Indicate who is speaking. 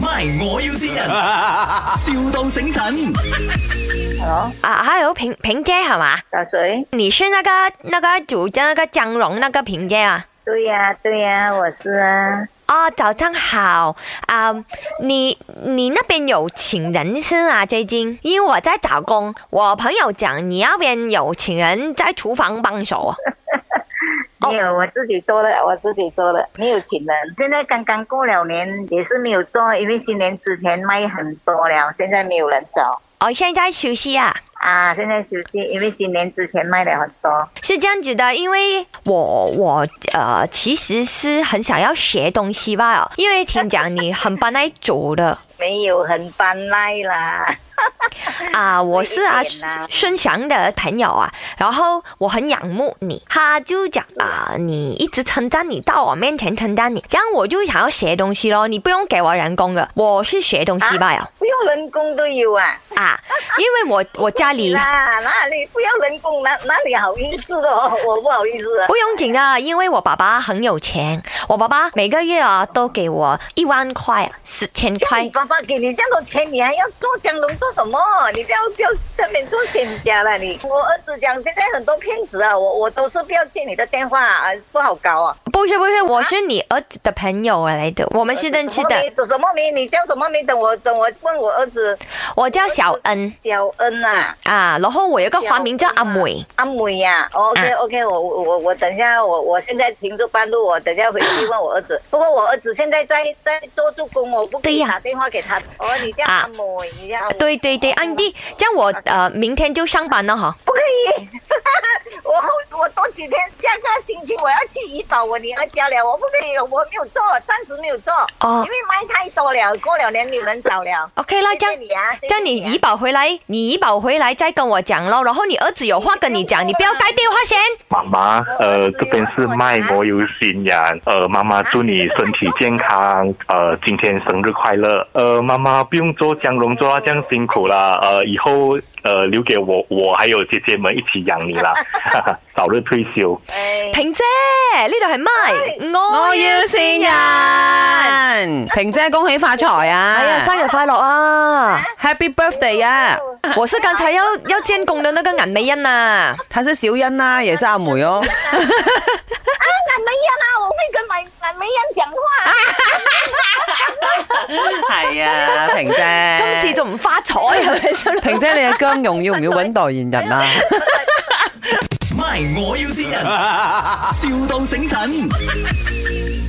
Speaker 1: ，My 我要先人，,笑到醒神。
Speaker 2: Hello，
Speaker 3: 啊，还有萍萍姐好吗？
Speaker 2: 小水，
Speaker 3: 你是那个那个主张那个江荣那个萍姐啊？
Speaker 2: 对呀、对呀、我是啊，
Speaker 3: 哦，早上好啊、你你那边有请人是啊？最近因为我在找工，我朋友讲你那边有请人在厨房帮手啊。哦
Speaker 2: 没有，我自己做的，我自己做的，没有请人。现在刚刚过了年，也是没有做，因为新年之前卖很多了，现在没有人找
Speaker 3: 哦，现在休息啊。
Speaker 2: 啊。现在休息，因为新年之前卖了很多。
Speaker 3: 是这样子的，因为我我呃其实是很想要学东西吧，因为听讲你很帮来煮的
Speaker 2: 没有很搬来啦，
Speaker 3: 啊，我是啊
Speaker 2: 有一点啦
Speaker 3: 孙翔的朋友啊，然后我很仰慕你，他就讲啊你一直称赞你到我面前称赞你，这样我就想要学东西咯，你不用给我人工的，我是学东西吧呀
Speaker 2: 不用人工都有啊。
Speaker 3: 啊，因为我我家里。
Speaker 2: 啦，哪里不要人工，哪哪里好意思哦， 我不好意思啊。
Speaker 3: 不用紧啊，因为我爸爸很有钱，我爸爸每个月啊都给我一万块啊，十千
Speaker 2: 叫
Speaker 3: 块
Speaker 2: 你。爸爸给你这样多钱，你还要做江龙做什么？你不要不要这边做店家了你。我儿子讲现在很多骗子啊，我我都是不要接你的电话啊，不好搞啊。
Speaker 3: 不是不是，我是你儿子的朋友来的，我们是认识的。
Speaker 2: 什么名？什么名？你叫什么名？等我等我问我儿子
Speaker 3: 我叫小恩
Speaker 2: 小恩啊，
Speaker 3: 啊，然后我有一个花名叫阿美。
Speaker 2: 阿美呀、OK
Speaker 3: 啊
Speaker 2: OK，我我我我等一下，我我现在停住半路，我等一下回去问我儿 子。不过我儿子现在在在做助攻，我不可
Speaker 3: 对
Speaker 2: 以
Speaker 3: 呀
Speaker 2: 打电话给他。哦，你叫
Speaker 3: 啊
Speaker 2: 阿美，你叫阿哦美
Speaker 3: 对对对，安迪，这样我呃明天就上班了哈。
Speaker 2: 不可以， 我后我多几天下个星期我要去怡保我女儿家了，我不可以，我没有做，暂时没有做，
Speaker 3: 哦
Speaker 2: 因为卖太多了，过了年没有人找了。
Speaker 3: ，OK 啦，这
Speaker 2: 谢
Speaker 3: 样
Speaker 2: 谢你啊，谢
Speaker 3: 这
Speaker 2: 谢
Speaker 3: 样你
Speaker 2: 啊
Speaker 3: 怡保回来，你怡保回来再跟我讲咯。然后你儿子有话跟你讲，你不要盖电话先。
Speaker 4: 妈妈，呃，这边是卖魔油新人，呃，妈妈祝你身体健康，呃，今天生日快乐，呃，妈妈不用做江龙做到这样辛苦啦，呃，以后呃留给我，我还有姐姐们一起养你啦， 哈哈，早日退休。
Speaker 2: 哎
Speaker 3: 萍姐，呢度系麦，
Speaker 5: 我要善人，萍姐恭喜發財啊！
Speaker 3: 哎呀，生日快乐啊！
Speaker 5: h a p p y Birthday 啊！
Speaker 3: 我是刚才要要建工的那个眼美恩啊。
Speaker 5: 她是小欣啦、也是阿梅哦。
Speaker 2: 啊，俺梅艳啊，我会跟买俺梅艳讲话。
Speaker 3: 啊
Speaker 5: 係啊，萍姐。
Speaker 3: 今次仲唔發財係咪先？
Speaker 5: 萍姐，你嘅姜蓉要唔要揾代言人啊？
Speaker 1: My 我要先人，,笑到醒神。